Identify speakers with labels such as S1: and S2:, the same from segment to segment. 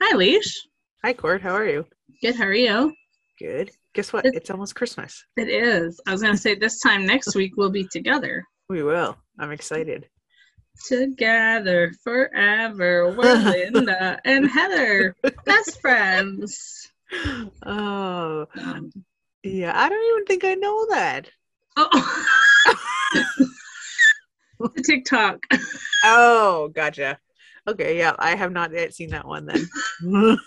S1: Hi, Leash.
S2: Hi, Cord. How are you?
S1: Good, how are you?
S2: Good. Guess what?
S1: Good.
S2: It's almost Christmas.
S1: It is. I was going to say this time next week we'll be together.
S2: We will. I'm excited.
S1: Together forever. We're Linda and Heather, best friends.
S2: Oh,
S1: Um,
S2: yeah. I don't even think I know that.
S1: oh. the TikTok.
S2: Oh, gotcha. Okay. Yeah. I have not yet seen that one then.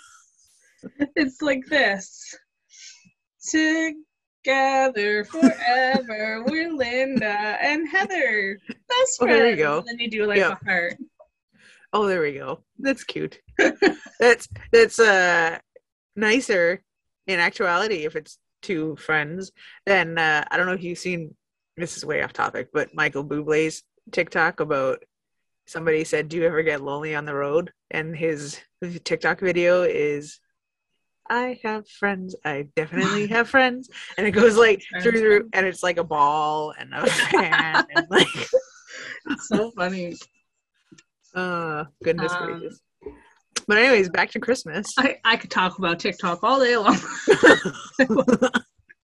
S1: It's like this. Together forever. We're Linda and Heather, best friends.
S2: Oh, there you go.
S1: And then you do like
S2: Yeah.
S1: a heart.
S2: oh, there we go. That's cute. that's, that's, uh, nicer in actuality if it's two friends than, uh, I don't know if you've seen, this is way off topic, but Michael Bublé's TikTok about somebody said, "Do you ever get lonely on the road?" And his TikTok video is, "I have friends. I definitely have friends." And it goes like through, through and it's like a ball and a fan and like,
S1: It's so funny.
S2: oh goodness
S1: Um,
S2: gracious. But anyways, back to Christmas.
S1: I, I could talk about TikTok all day long.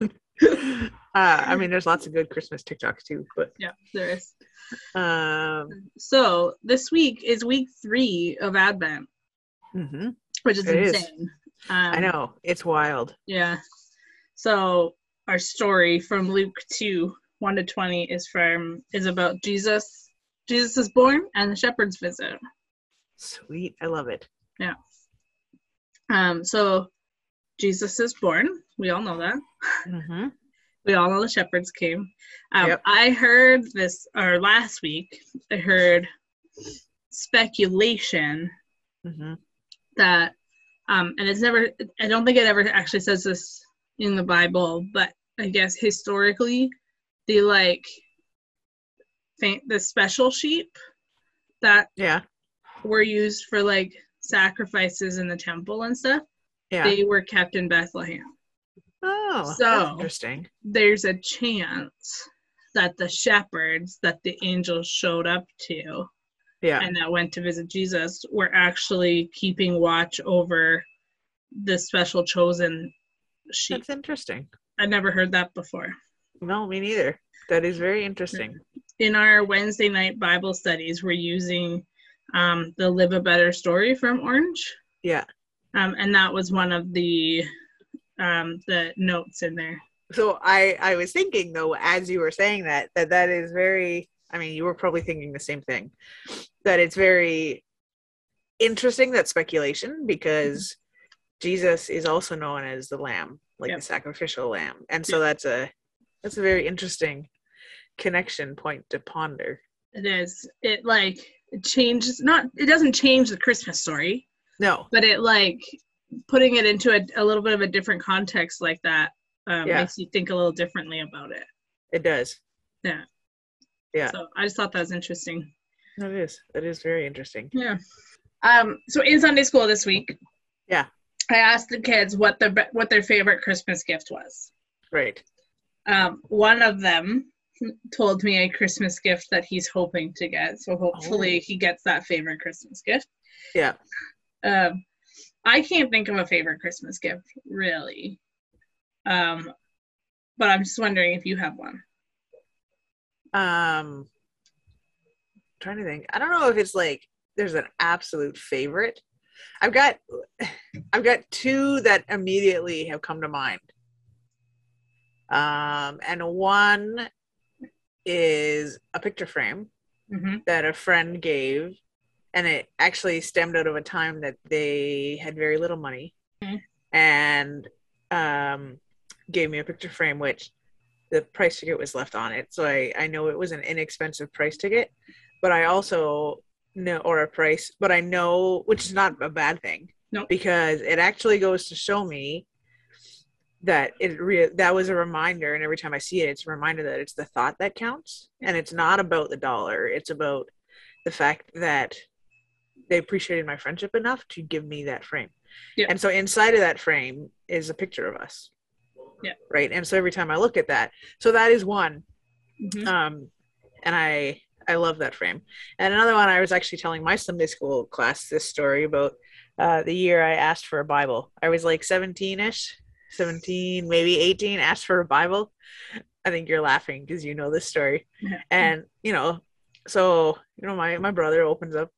S2: uh, I mean, there's lots of good Christmas TikToks too, but
S1: yeah, there is.
S2: um,
S1: So this week is week three of Advent,
S2: mhm.
S1: which is
S2: It is.
S1: insane. Um,
S2: I know it's wild.
S1: Yeah. So our story from Luke two one to twenty is from is about Jesus. Jesus is born and the shepherds visit.
S2: Sweet, I love it.
S1: Um, so Jesus is born. We all know that.
S2: hmm
S1: We all know the shepherds came. Um,
S2: Yep.
S1: I heard this or last week. I heard speculation
S2: hmm
S1: that um and it's never i don't think it ever actually says this in the bible but i guess historically the like fa- the special sheep that
S2: Yeah,
S1: were used for like sacrifices in the temple and stuff
S2: yeah.
S1: they were kept in bethlehem
S2: Oh, that's
S1: So-
S2: interesting.
S1: there's a chance that the shepherds that the angels showed up to
S2: Yeah.
S1: and that went to visit Jesus were actually keeping watch over the special chosen sheep.
S2: That's interesting.
S1: I never heard that before.
S2: No, me neither. That is very interesting.
S1: In our Wednesday night Bible studies, we're using um, the Live a Better story from Orange,
S2: Yeah.
S1: um, and that was one of the um, the notes in there.
S2: So I I was thinking though as you were saying that that that is very I mean you were probably thinking the same thing that it's very interesting that speculation because Jesus is also known as the lamb like
S1: Yep.
S2: the sacrificial lamb and so that's a that's a very interesting connection point to ponder.
S1: It is it like it changes not it doesn't change the Christmas story,
S2: No.
S1: but it like putting it into a, a little bit of a different context like that um,
S2: Yeah.
S1: makes you think a little differently about it
S2: It does. Yeah.
S1: so i just thought that was interesting
S2: That is. That is very interesting.
S1: yeah um so in sunday school this week
S2: Yeah.
S1: i asked the kids what their be- what their favorite christmas gift was
S2: Right.
S1: um one of them told me a christmas gift that he's hoping to get so hopefully
S2: Oh.
S1: he gets that favorite christmas gift
S2: Yeah.
S1: um i can't think of a favorite christmas gift really um but i'm just wondering if you have one
S2: Um, trying to think. I don't know if it's like there's an absolute favorite. I've got, I've got two that immediately have come to mind. Um, and one is a picture frame
S1: hmm
S2: that a friend gave, and it actually stemmed out of a time that they had very little money,
S1: Mhm.
S2: and um, gave me a picture frame which the price ticket was left on it. So I I know it was an inexpensive price ticket, but I also know or a price, but I know which is not a bad thing,
S1: Nope.
S2: because it actually goes to show me that it re- that was a reminder and every time i see it it's a reminder that it's the thought that counts and it's not about the dollar it's about the fact that they appreciated my friendship enough to give me that frame
S1: Yeah.
S2: and so inside of that frame is a picture of us
S1: Yeah.
S2: right and so every time i look at that so that is one
S1: hmm
S2: um and i i love that frame and another one i was actually telling my sunday school class this story about uh, the year I asked for a Bible. I was like 17 ish, 17, maybe 18, asked for a Bible. I think you're laughing because you know this story.
S1: Yeah.
S2: And, you know, so, you know, my, my brother opens up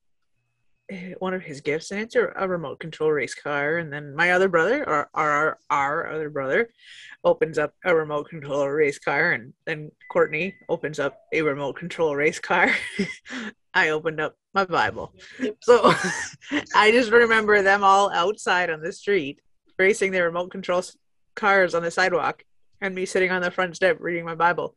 S2: eh, one of his gifts and it's a, a remote control race car. And then my other brother, or our, our other brother, opens up a remote control race car. And then Courtney opens up a remote control race car. I opened up my Bible. So I just remember them all outside on the street racing their remote control s- cars on the sidewalk and me sitting on the front step reading my Bible.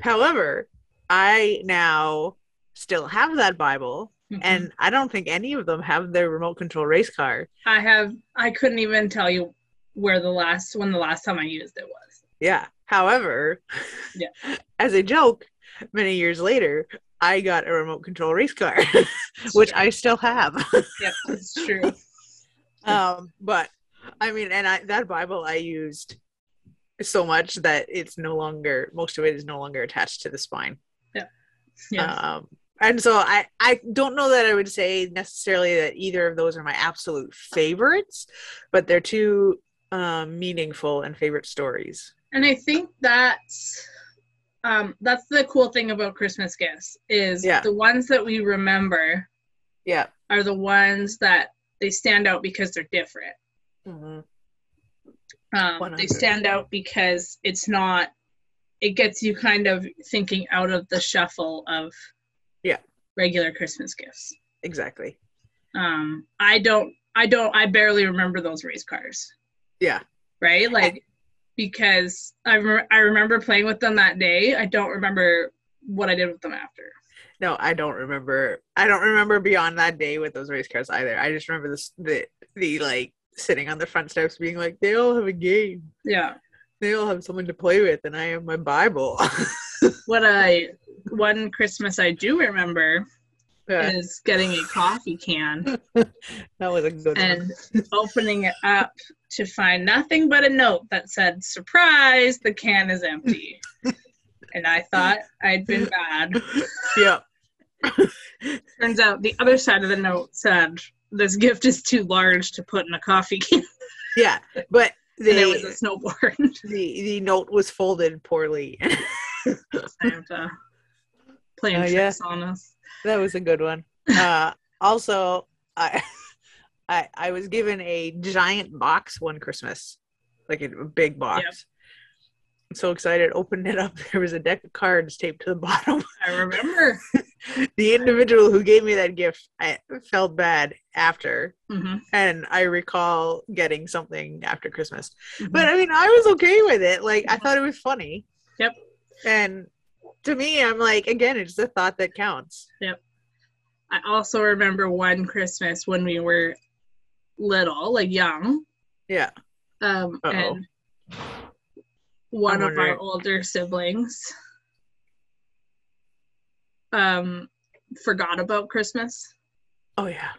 S2: However, I now still have that Bible
S1: mm-hmm.
S2: and I don't think any of them have their remote control race car.
S1: I have I couldn't even tell you where the last when the last time I used it was.
S2: Yeah. However,
S1: Yeah.
S2: as a joke, many years later, I got a remote control race car, which I still have.
S1: Yep, it's true.
S2: um but i mean and i that bible i used so much that it's no longer most of it is no longer attached to the spine
S1: Yeah.
S2: um and so i i don't know that i would say necessarily that either of those are my absolute favorites but they're two um meaningful and favorite stories
S1: and I think that's um that's the cool thing about Christmas gifts is
S2: Yeah.
S1: the ones that we remember
S2: yeah
S1: are the ones that they stand out because they're different.
S2: Mm-hmm.
S1: um, they
S2: 100.
S1: stand out because it's not it gets you kind of thinking out of the shuffle of
S2: Yeah.
S1: regular christmas gifts
S2: exactly
S1: um i don't i don't i barely remember those race cars
S2: yeah
S1: right like because i, rem- I remember playing with them that day i don't remember what i did with them after
S2: no i don't remember i don't remember beyond that day with those race cars either i just remember this the the like sitting on the front steps being like they all have a game
S1: yeah
S2: they all have someone to play with and i have my bible
S1: what i one christmas i do remember
S2: Yeah,
S1: is getting a coffee can
S2: that was a good one
S1: and opening it up to find nothing but a note that said, Surprise, the can is empty. and I thought I'd been bad.
S2: yeah
S1: Turns out the other side of the note said, This gift is too large to put in a coffee can.
S2: yeah but
S1: and it
S2: the,
S1: was a snowboard.
S2: the the note was folded poorly
S1: Santa playing
S2: Oh, yeah.
S1: tricks on us.
S2: that was a good one uh also i i i was given a giant box one christmas like a big box so excited opened it up there was a deck of cards taped to the bottom
S1: I remember.
S2: the individual who gave me that gift i felt bad after
S1: Mhm,
S2: and I recall getting something after Christmas.
S1: mhm.
S2: But I mean, I was okay with it. Like I thought it was funny.
S1: Yep.
S2: And to me, I'm like, again, it's the thought that counts.
S1: I also remember one Christmas when we were little, like young,
S2: Yeah.
S1: um,
S2: Uh-oh.
S1: and one
S2: I'm
S1: of our
S2: wondering-
S1: older siblings um, forgot about Christmas
S2: Oh yeah.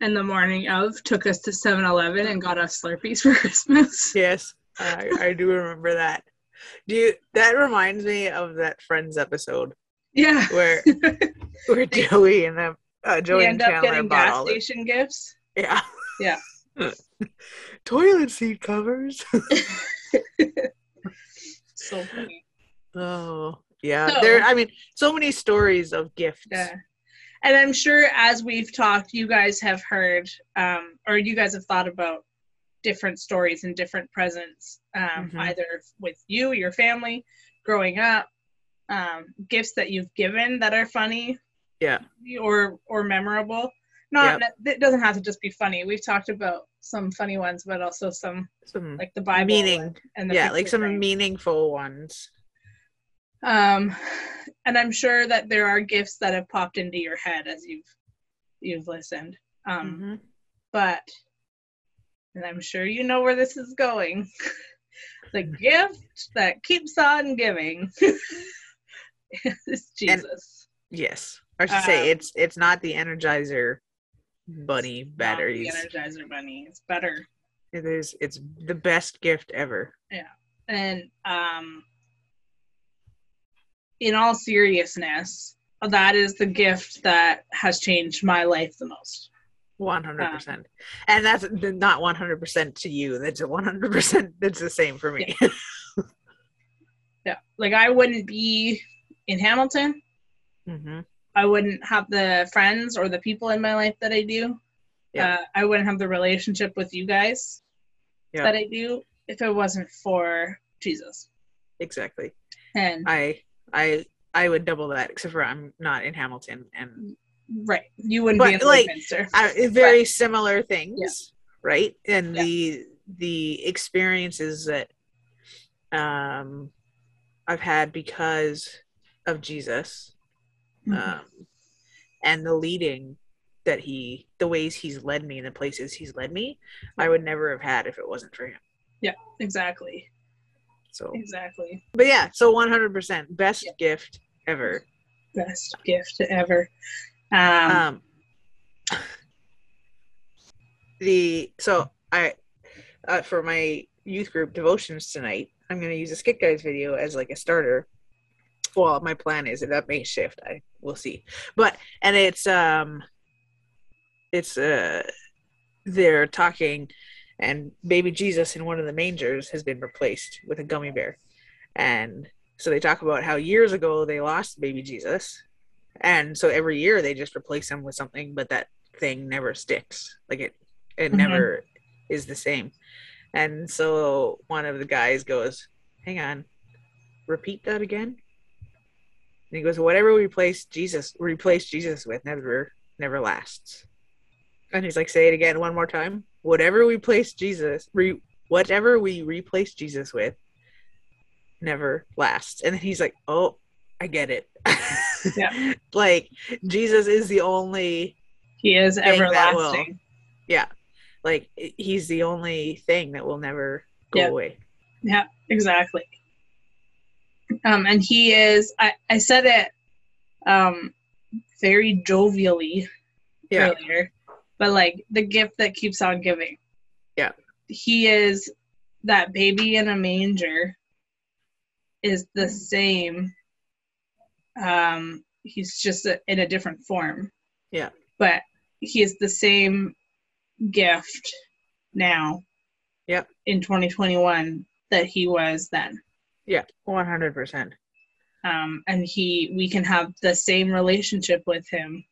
S1: and the morning of took us to 7-Eleven and got us Slurpees for Christmas.
S2: Yes, I, I do remember that. Do you? That reminds me of that Friends episode
S1: Yeah.
S2: where where Joey and them, uh, Joey
S1: we
S2: and
S1: end up
S2: Chandler
S1: getting
S2: bought
S1: gas
S2: all the
S1: station gifts.
S2: yeah
S1: Yeah.
S2: toilet seat covers.
S1: So funny.
S2: Oh yeah,
S1: So-
S2: there. I mean, so many stories of gifts.
S1: Yeah. And I'm sure as we've talked, you guys have heard um, or you guys have thought about different stories and different presents, um,
S2: Mhm.
S1: either with you, your family, growing up, um, gifts that you've given that are funny.
S2: Yeah.
S1: Or or memorable. Not it doesn't have to just be funny. We've talked about some funny ones, but also some
S2: Some
S1: like the Bible
S2: meaning.
S1: and the
S2: yeah like
S1: picture
S2: some
S1: frame.
S2: meaningful ones
S1: um and i'm sure that there are gifts that have popped into your head as you've you've listened um
S2: Mm-hmm.
S1: but and i'm sure you know where this is going the gift that keeps on giving is jesus
S2: yes i should say
S1: Um,
S2: it's it's not the energizer bunny
S1: not the
S2: batteries
S1: energizer bunny it's better
S2: it is it's the best gift ever
S1: and um in all seriousness that is the gift that has changed my life the most
S2: One hundred percent, and that's not one hundred percent to you. That's one hundred percent. That's the same for me.
S1: Yeah. Like I wouldn't be in Hamilton.
S2: hmm
S1: I wouldn't have the friends or the people in my life that I do.
S2: Yeah.
S1: Uh, I wouldn't have the relationship with you guys
S2: Yeah.
S1: that I do if it wasn't for Jesus.
S2: Exactly.
S1: And
S2: I I I would double that, except for I'm not in Hamilton, and
S1: right, you wouldn't
S2: But,
S1: be in
S2: like,
S1: Lloydminster.
S2: I, very similar things, right? And
S1: Yeah.
S2: the the experiences that um I've had because of Jesus,
S1: Mhm.
S2: um, and the leading that he, the ways he's led me, and the places he's led me, I would never have had if it wasn't for him.
S1: exactly.
S2: So,
S1: Exactly.
S2: but yeah, so 100% best
S1: Yeah.
S2: gift ever.
S1: Best gift ever. Um,
S2: um the so i uh, for my youth group devotions tonight i'm going to use a skit guys video as like a starter well my plan is that may shift i will see but and it's um it's uh they're talking and baby jesus in one of the mangers has been replaced with a gummy bear and so they talk about how years ago they lost baby jesus and so every year they just replace him with something but that thing never sticks like it it
S1: Mhm.
S2: never is the same and so one of the guys goes hang on repeat that again and he goes whatever we replace jesus replace jesus with never never lasts and he's like say it again one more time whatever we place jesus re- whatever we replace jesus with never lasts and then he's like oh i get it
S1: Yeah.
S2: like jesus is the only
S1: he is
S2: thing that will-
S1: everlasting.
S2: yeah like he's the only thing that will never go
S1: Yeah.
S2: away
S1: Yeah, exactly. Um, and he is. I, I said it um, very jovially
S2: yeah
S1: earlier, but like the gift that keeps on giving.
S2: Yeah.
S1: He is that baby in a manger is the same. Um, he's just a, in a different form.
S2: Yeah.
S1: But he is the same gift now.
S2: Yep.
S1: In 2021 that he was then.
S2: yeah 100%
S1: Um, and he we can have the same relationship with him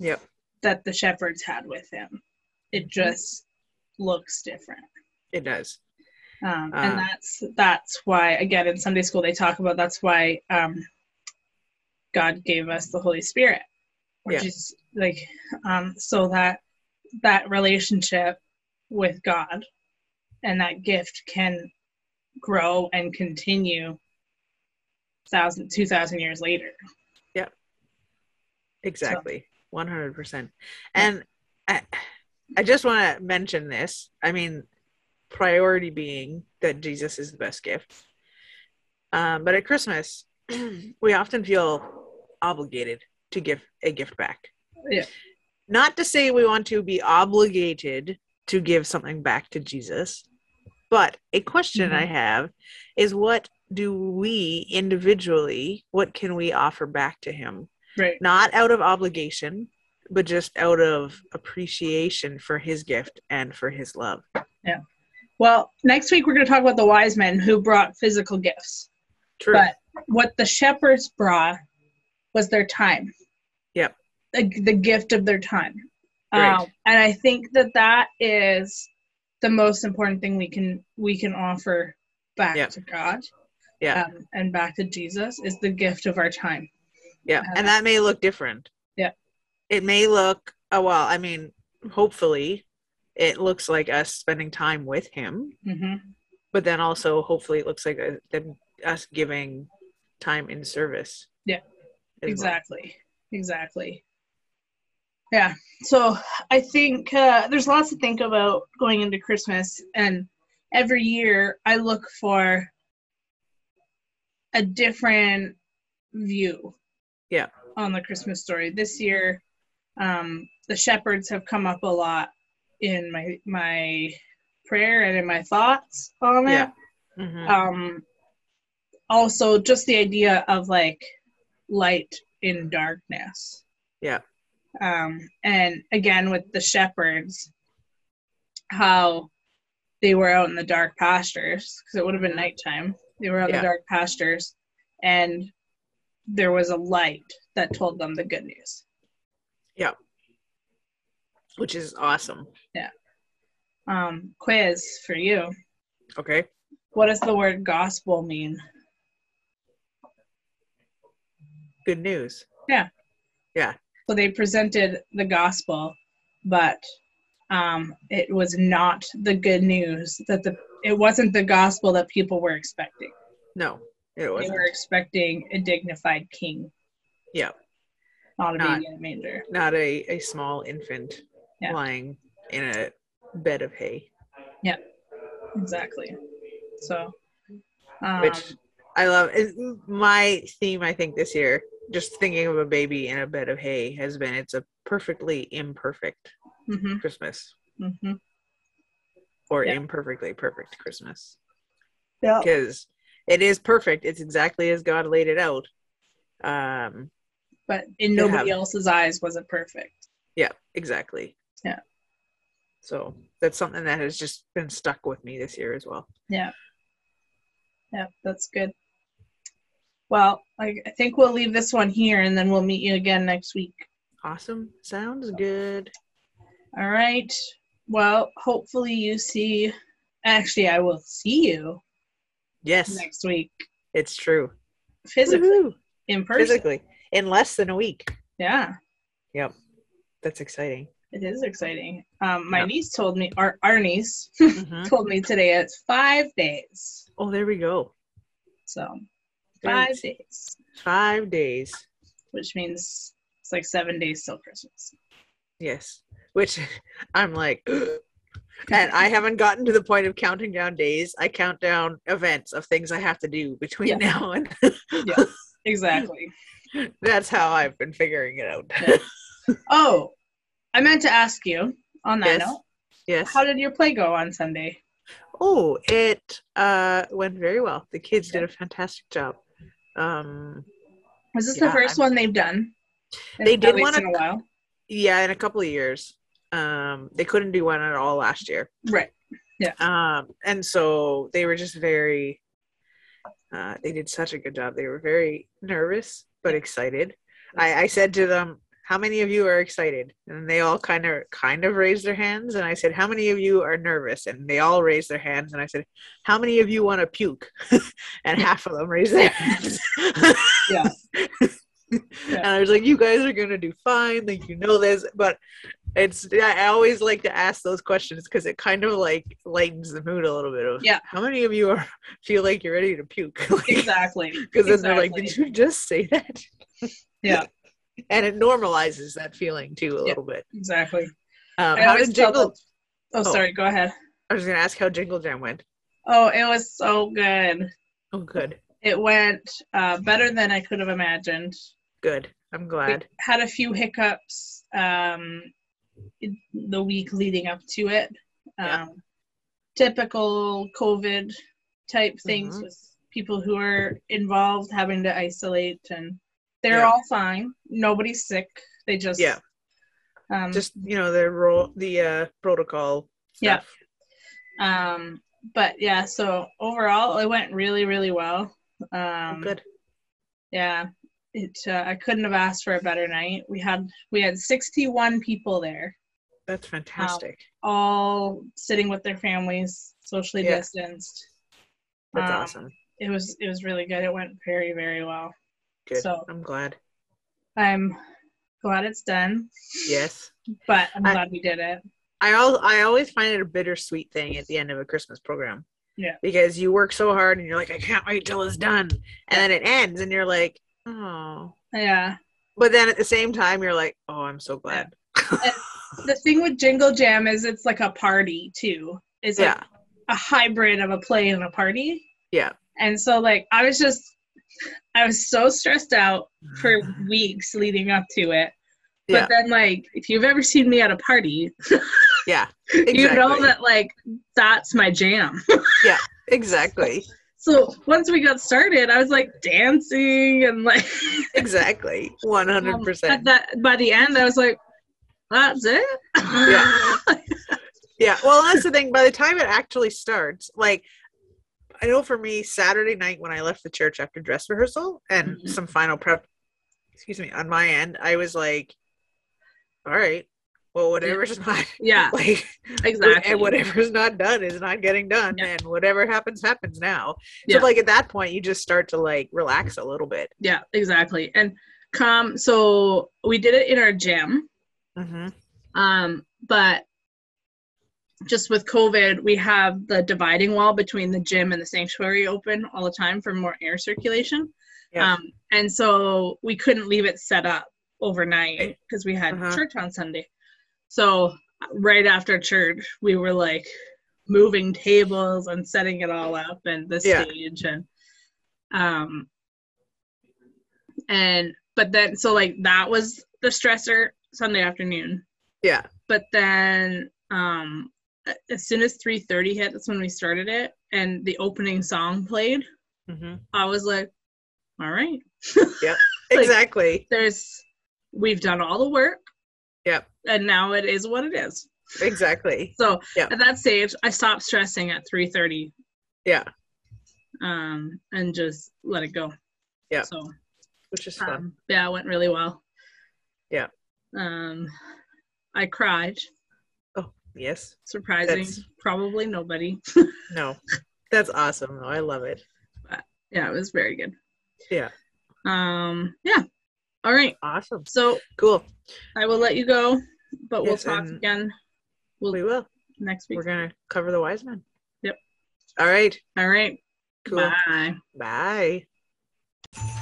S2: yep
S1: that the shepherds had with him. It just looks different.
S2: it does
S1: Um,
S2: Ah.
S1: and that's that's why again in Sunday school they talk about that's why um, God gave us the Holy Spirit, which
S2: Yeah.
S1: is like um, so that that relationship with God and that gift can grow and continue thousand two thousand years later.
S2: exactly 100% and I, I just want to mention this i mean priority being that jesus is the best gift um, but at christmas we often feel obligated to give a gift back
S1: Yeah.
S2: not to say we want to be obligated to give something back to jesus but a question
S1: Mhm.
S2: i have is what do we individually what can we offer back to him
S1: Right.
S2: not out of obligation, but just out of appreciation for his gift and for his love.
S1: Well, next week we're going to talk about the wise men who brought physical gifts.
S2: True.
S1: But what the shepherds brought was their time.
S2: Yep.
S1: The, the gift of their time.
S2: Right.
S1: Um, and I think that that is the most important thing we can we can offer back
S2: Yep.
S1: to God.
S2: Yeah.
S1: Um, and back to Jesus is the gift of our time.
S2: yeah, and that may look different.
S1: uh, Yeah.
S2: It may look oh well, I mean, hopefully it looks like us spending time with him,
S1: hmm
S2: but then also hopefully it looks like uh, them us giving time in service.
S1: Yeah.
S2: as well.
S1: Exactly. Exactly. Yeah. So I think uh, there's lots to think about going into Christmas, and every year I look for a different view.
S2: Yeah.
S1: On the Christmas story this year, um, the shepherds have come up a lot in my my prayer and in my thoughts on it
S2: Yeah. Mhm.
S1: um also just the idea of like light in darkness
S2: Yeah.
S1: um, and again with the shepherds, how they were out in the dark pastures because it would have been nighttime. They were out in
S2: Yeah.
S1: the dark pastures, and there was a light that told them the good news.
S2: which is awesome.
S1: Um, quiz for you:
S2: Okay.
S1: What does the word gospel mean?
S2: Good news.
S1: So they presented the gospel, but um, it was not the good news that the it wasn't the gospel that people were expecting.
S2: No, it
S1: They
S2: wasn't.
S1: were expecting a dignified king.
S2: Yeah.
S1: Not a
S2: Not-
S1: baby in a manger.
S2: Not a, a small infant
S1: Yeah.
S2: lying in a bed of hay,
S1: Exactly. So um,
S2: which I love. Is my theme, I think, this year, just thinking of a baby in a bed of hay, has been it's a perfectly imperfect
S1: hmm
S2: Christmas
S1: hmm
S2: or
S1: Yeah. Oh.
S2: imperfectly perfect Christmas.
S1: Yeah.
S2: because it is perfect. It's exactly as God laid it out. Um,
S1: But in
S2: They
S1: nobody
S2: have-
S1: else's eyes was it perfect.
S2: yeah, exactly.
S1: Yeah.
S2: So that's something that has just been stuck with me this year as well.
S1: Yeah, that's good. Well, I, I think we'll leave this one here and then we'll meet you again next week.
S2: Awesome. Sounds good.
S1: All right. Well, hopefully you see. Actually, I will see you
S2: Yes,
S1: next week
S2: it's true.
S1: physically
S2: Woohoo!
S1: in person.
S2: Physically, in less than a week.
S1: Yeah,
S2: Yep, that's exciting.
S1: it is exciting. Um, my
S2: Yeah.
S1: niece told me, our, our niece
S2: Mhm.
S1: told me today it's five days.
S2: Oh, there we go.
S1: So
S2: There's
S1: five days,
S2: Five days.
S1: which means it's like seven days till Christmas.
S2: Yes, which I'm like, and I haven't gotten to the point of counting down days. I count down events of things I have to do between
S1: Yeah.
S2: now and.
S1: Exactly.
S2: That's how I've been figuring it out.
S1: Yeah. Oh, I meant to ask you on that
S2: Yes.
S1: note,
S2: yes.
S1: how did your play go on Sunday?
S2: oh, it uh, went very well. The kids did a fantastic job. Um,
S1: Was this
S2: Yeah,
S1: the 1st one they've done?
S2: They
S1: At
S2: did
S1: least
S2: one
S1: in a while,
S2: yeah, in a couple of years, um, they couldn't do one at all last year.
S1: right?
S2: um and so they were just very uh they did such a good job they were very nervous but excited i i said to them how many of you are excited and they all kind of kind of raised their hands and i said how many of you are nervous and they all raised their hands and i said how many of you want to puke and half of them raised their hands
S1: Yeah.
S2: and i was like you guys are going to do fine like you know this but it's i always like to ask those questions because it kind of like lightens the mood a little bit of
S1: Yeah.
S2: how many of you are feel like you're ready to puke because
S1: Exactly.
S2: then they're like
S1: Exactly.
S2: did you just say that
S1: Yeah.
S2: and it normalizes that feeling too a
S1: Yeah.
S2: little bit
S1: Exactly.
S2: um,
S1: I
S2: how
S1: always
S2: did
S1: tell
S2: jingle
S1: Oh, sorry. Go ahead.
S2: i was gonna ask how jingle jam went
S1: Oh, it was so good.
S2: oh good
S1: It went uh, better than I could have imagined.
S2: good i'm glad
S1: Had a few hiccups um, in the week leading up to it. Um,
S2: Yeah.
S1: Typical COVID type things
S2: Mhm.
S1: with people who are involved having to isolate, and they're
S2: Yeah.
S1: all fine. Nobody's sick. They just
S2: Yeah.
S1: um,
S2: just you know the role the uh protocol
S1: Yeah.
S2: stuff.
S1: Um, but yeah, so overall, it went really, really well.
S2: Oh,
S1: Um,
S2: good
S1: Yeah, it. Uh, I couldn't have asked for a better night. We had we had 61 people there,
S2: that's
S1: um,
S2: fantastic
S1: all sitting with their families, socially
S2: Yeah.
S1: distanced.
S2: that's
S1: um,
S2: awesome
S1: It was it was really good. It went very, very well.
S2: good
S1: so-
S2: i'm glad
S1: I'm glad it's done,
S2: yes
S1: but I'm
S2: I-
S1: glad we did it.
S2: I al- I always find it a bittersweet thing at the end of a Christmas program.
S1: Yeah.
S2: Because you work so hard and you're like, I can't wait till it's done, and then it ends, and you're like, oh.
S1: Yeah.
S2: But then at the same time, you're like, oh, I'm so glad.
S1: The thing with Jingle Jam is it's like a party too. It's like
S2: Yeah.
S1: a hybrid of a play and a party.
S2: Yeah.
S1: And so like I was just I was so stressed out for weeks leading up to it. But
S2: Yeah.
S1: then like if you've ever seen me at a party,
S2: Yeah.
S1: you know
S2: Exactly.
S1: that like that's my jam.
S2: Exactly.
S1: So once we got started, I was like dancing and like
S2: Exactly.
S1: um,
S2: 100%.
S1: at that by the end I was like, that's it.
S2: Yeah. Yeah, well, that's the thing. By the time it actually starts, like, I know for me, Saturday night when I left the church after dress rehearsal and
S1: Mhm.
S2: some final prep, excuse me, on my end, I was like, all right, well, whatever's not,
S1: yeah,
S2: like,
S1: exactly.
S2: and whatever's not done is not getting done,
S1: Yeah.
S2: and whatever happens, happens now.
S1: Yeah.
S2: So, like, at that point, you just start to, like, relax a little bit.
S1: Yeah, exactly. And come so we did it in our gym.
S2: Mm-hmm.
S1: Um, but just with COVID, we have the dividing wall between the gym and the sanctuary open all the time for more air circulation.
S2: Yeah.
S1: Um, and so we couldn't leave it set up overnight
S2: Right.
S1: because we had
S2: Uh-huh.
S1: church on Sunday. So right after church, we were like moving tables and setting it all up and the
S2: Yeah.
S1: stage and um and but then so like that was the stressor Sunday afternoon
S2: Yeah.
S1: but then um a- as soon as 3.30 hit that's when we started it and the opening song played
S2: Mm-hmm.
S1: i was like all right Like-
S2: Exactly.
S1: there's we've done all the work
S2: Yep.
S1: and now it is what it is
S2: Exactly.
S1: so
S2: Yep.
S1: at that stage i stopped stressing at 3.30
S2: Yeah.
S1: um and just let it go
S2: Yep.
S1: so
S2: Which is fun.
S1: um, yeah it went really well
S2: Yeah.
S1: um i cried
S2: yes.
S1: surprising
S2: That's-
S1: probably nobody
S2: No. That's awesome though. I love it.
S1: yeah it was very good
S2: Yeah.
S1: um yeah all right
S2: Awesome.
S1: so
S2: Cool.
S1: i will let you go but
S2: Yes,
S1: we'll talk
S2: and-
S1: again
S2: We will.
S1: next week
S2: We're gonna cover the wise men.
S1: Yep.
S2: All right.
S1: all right
S2: Cool.
S1: bye
S2: Bye.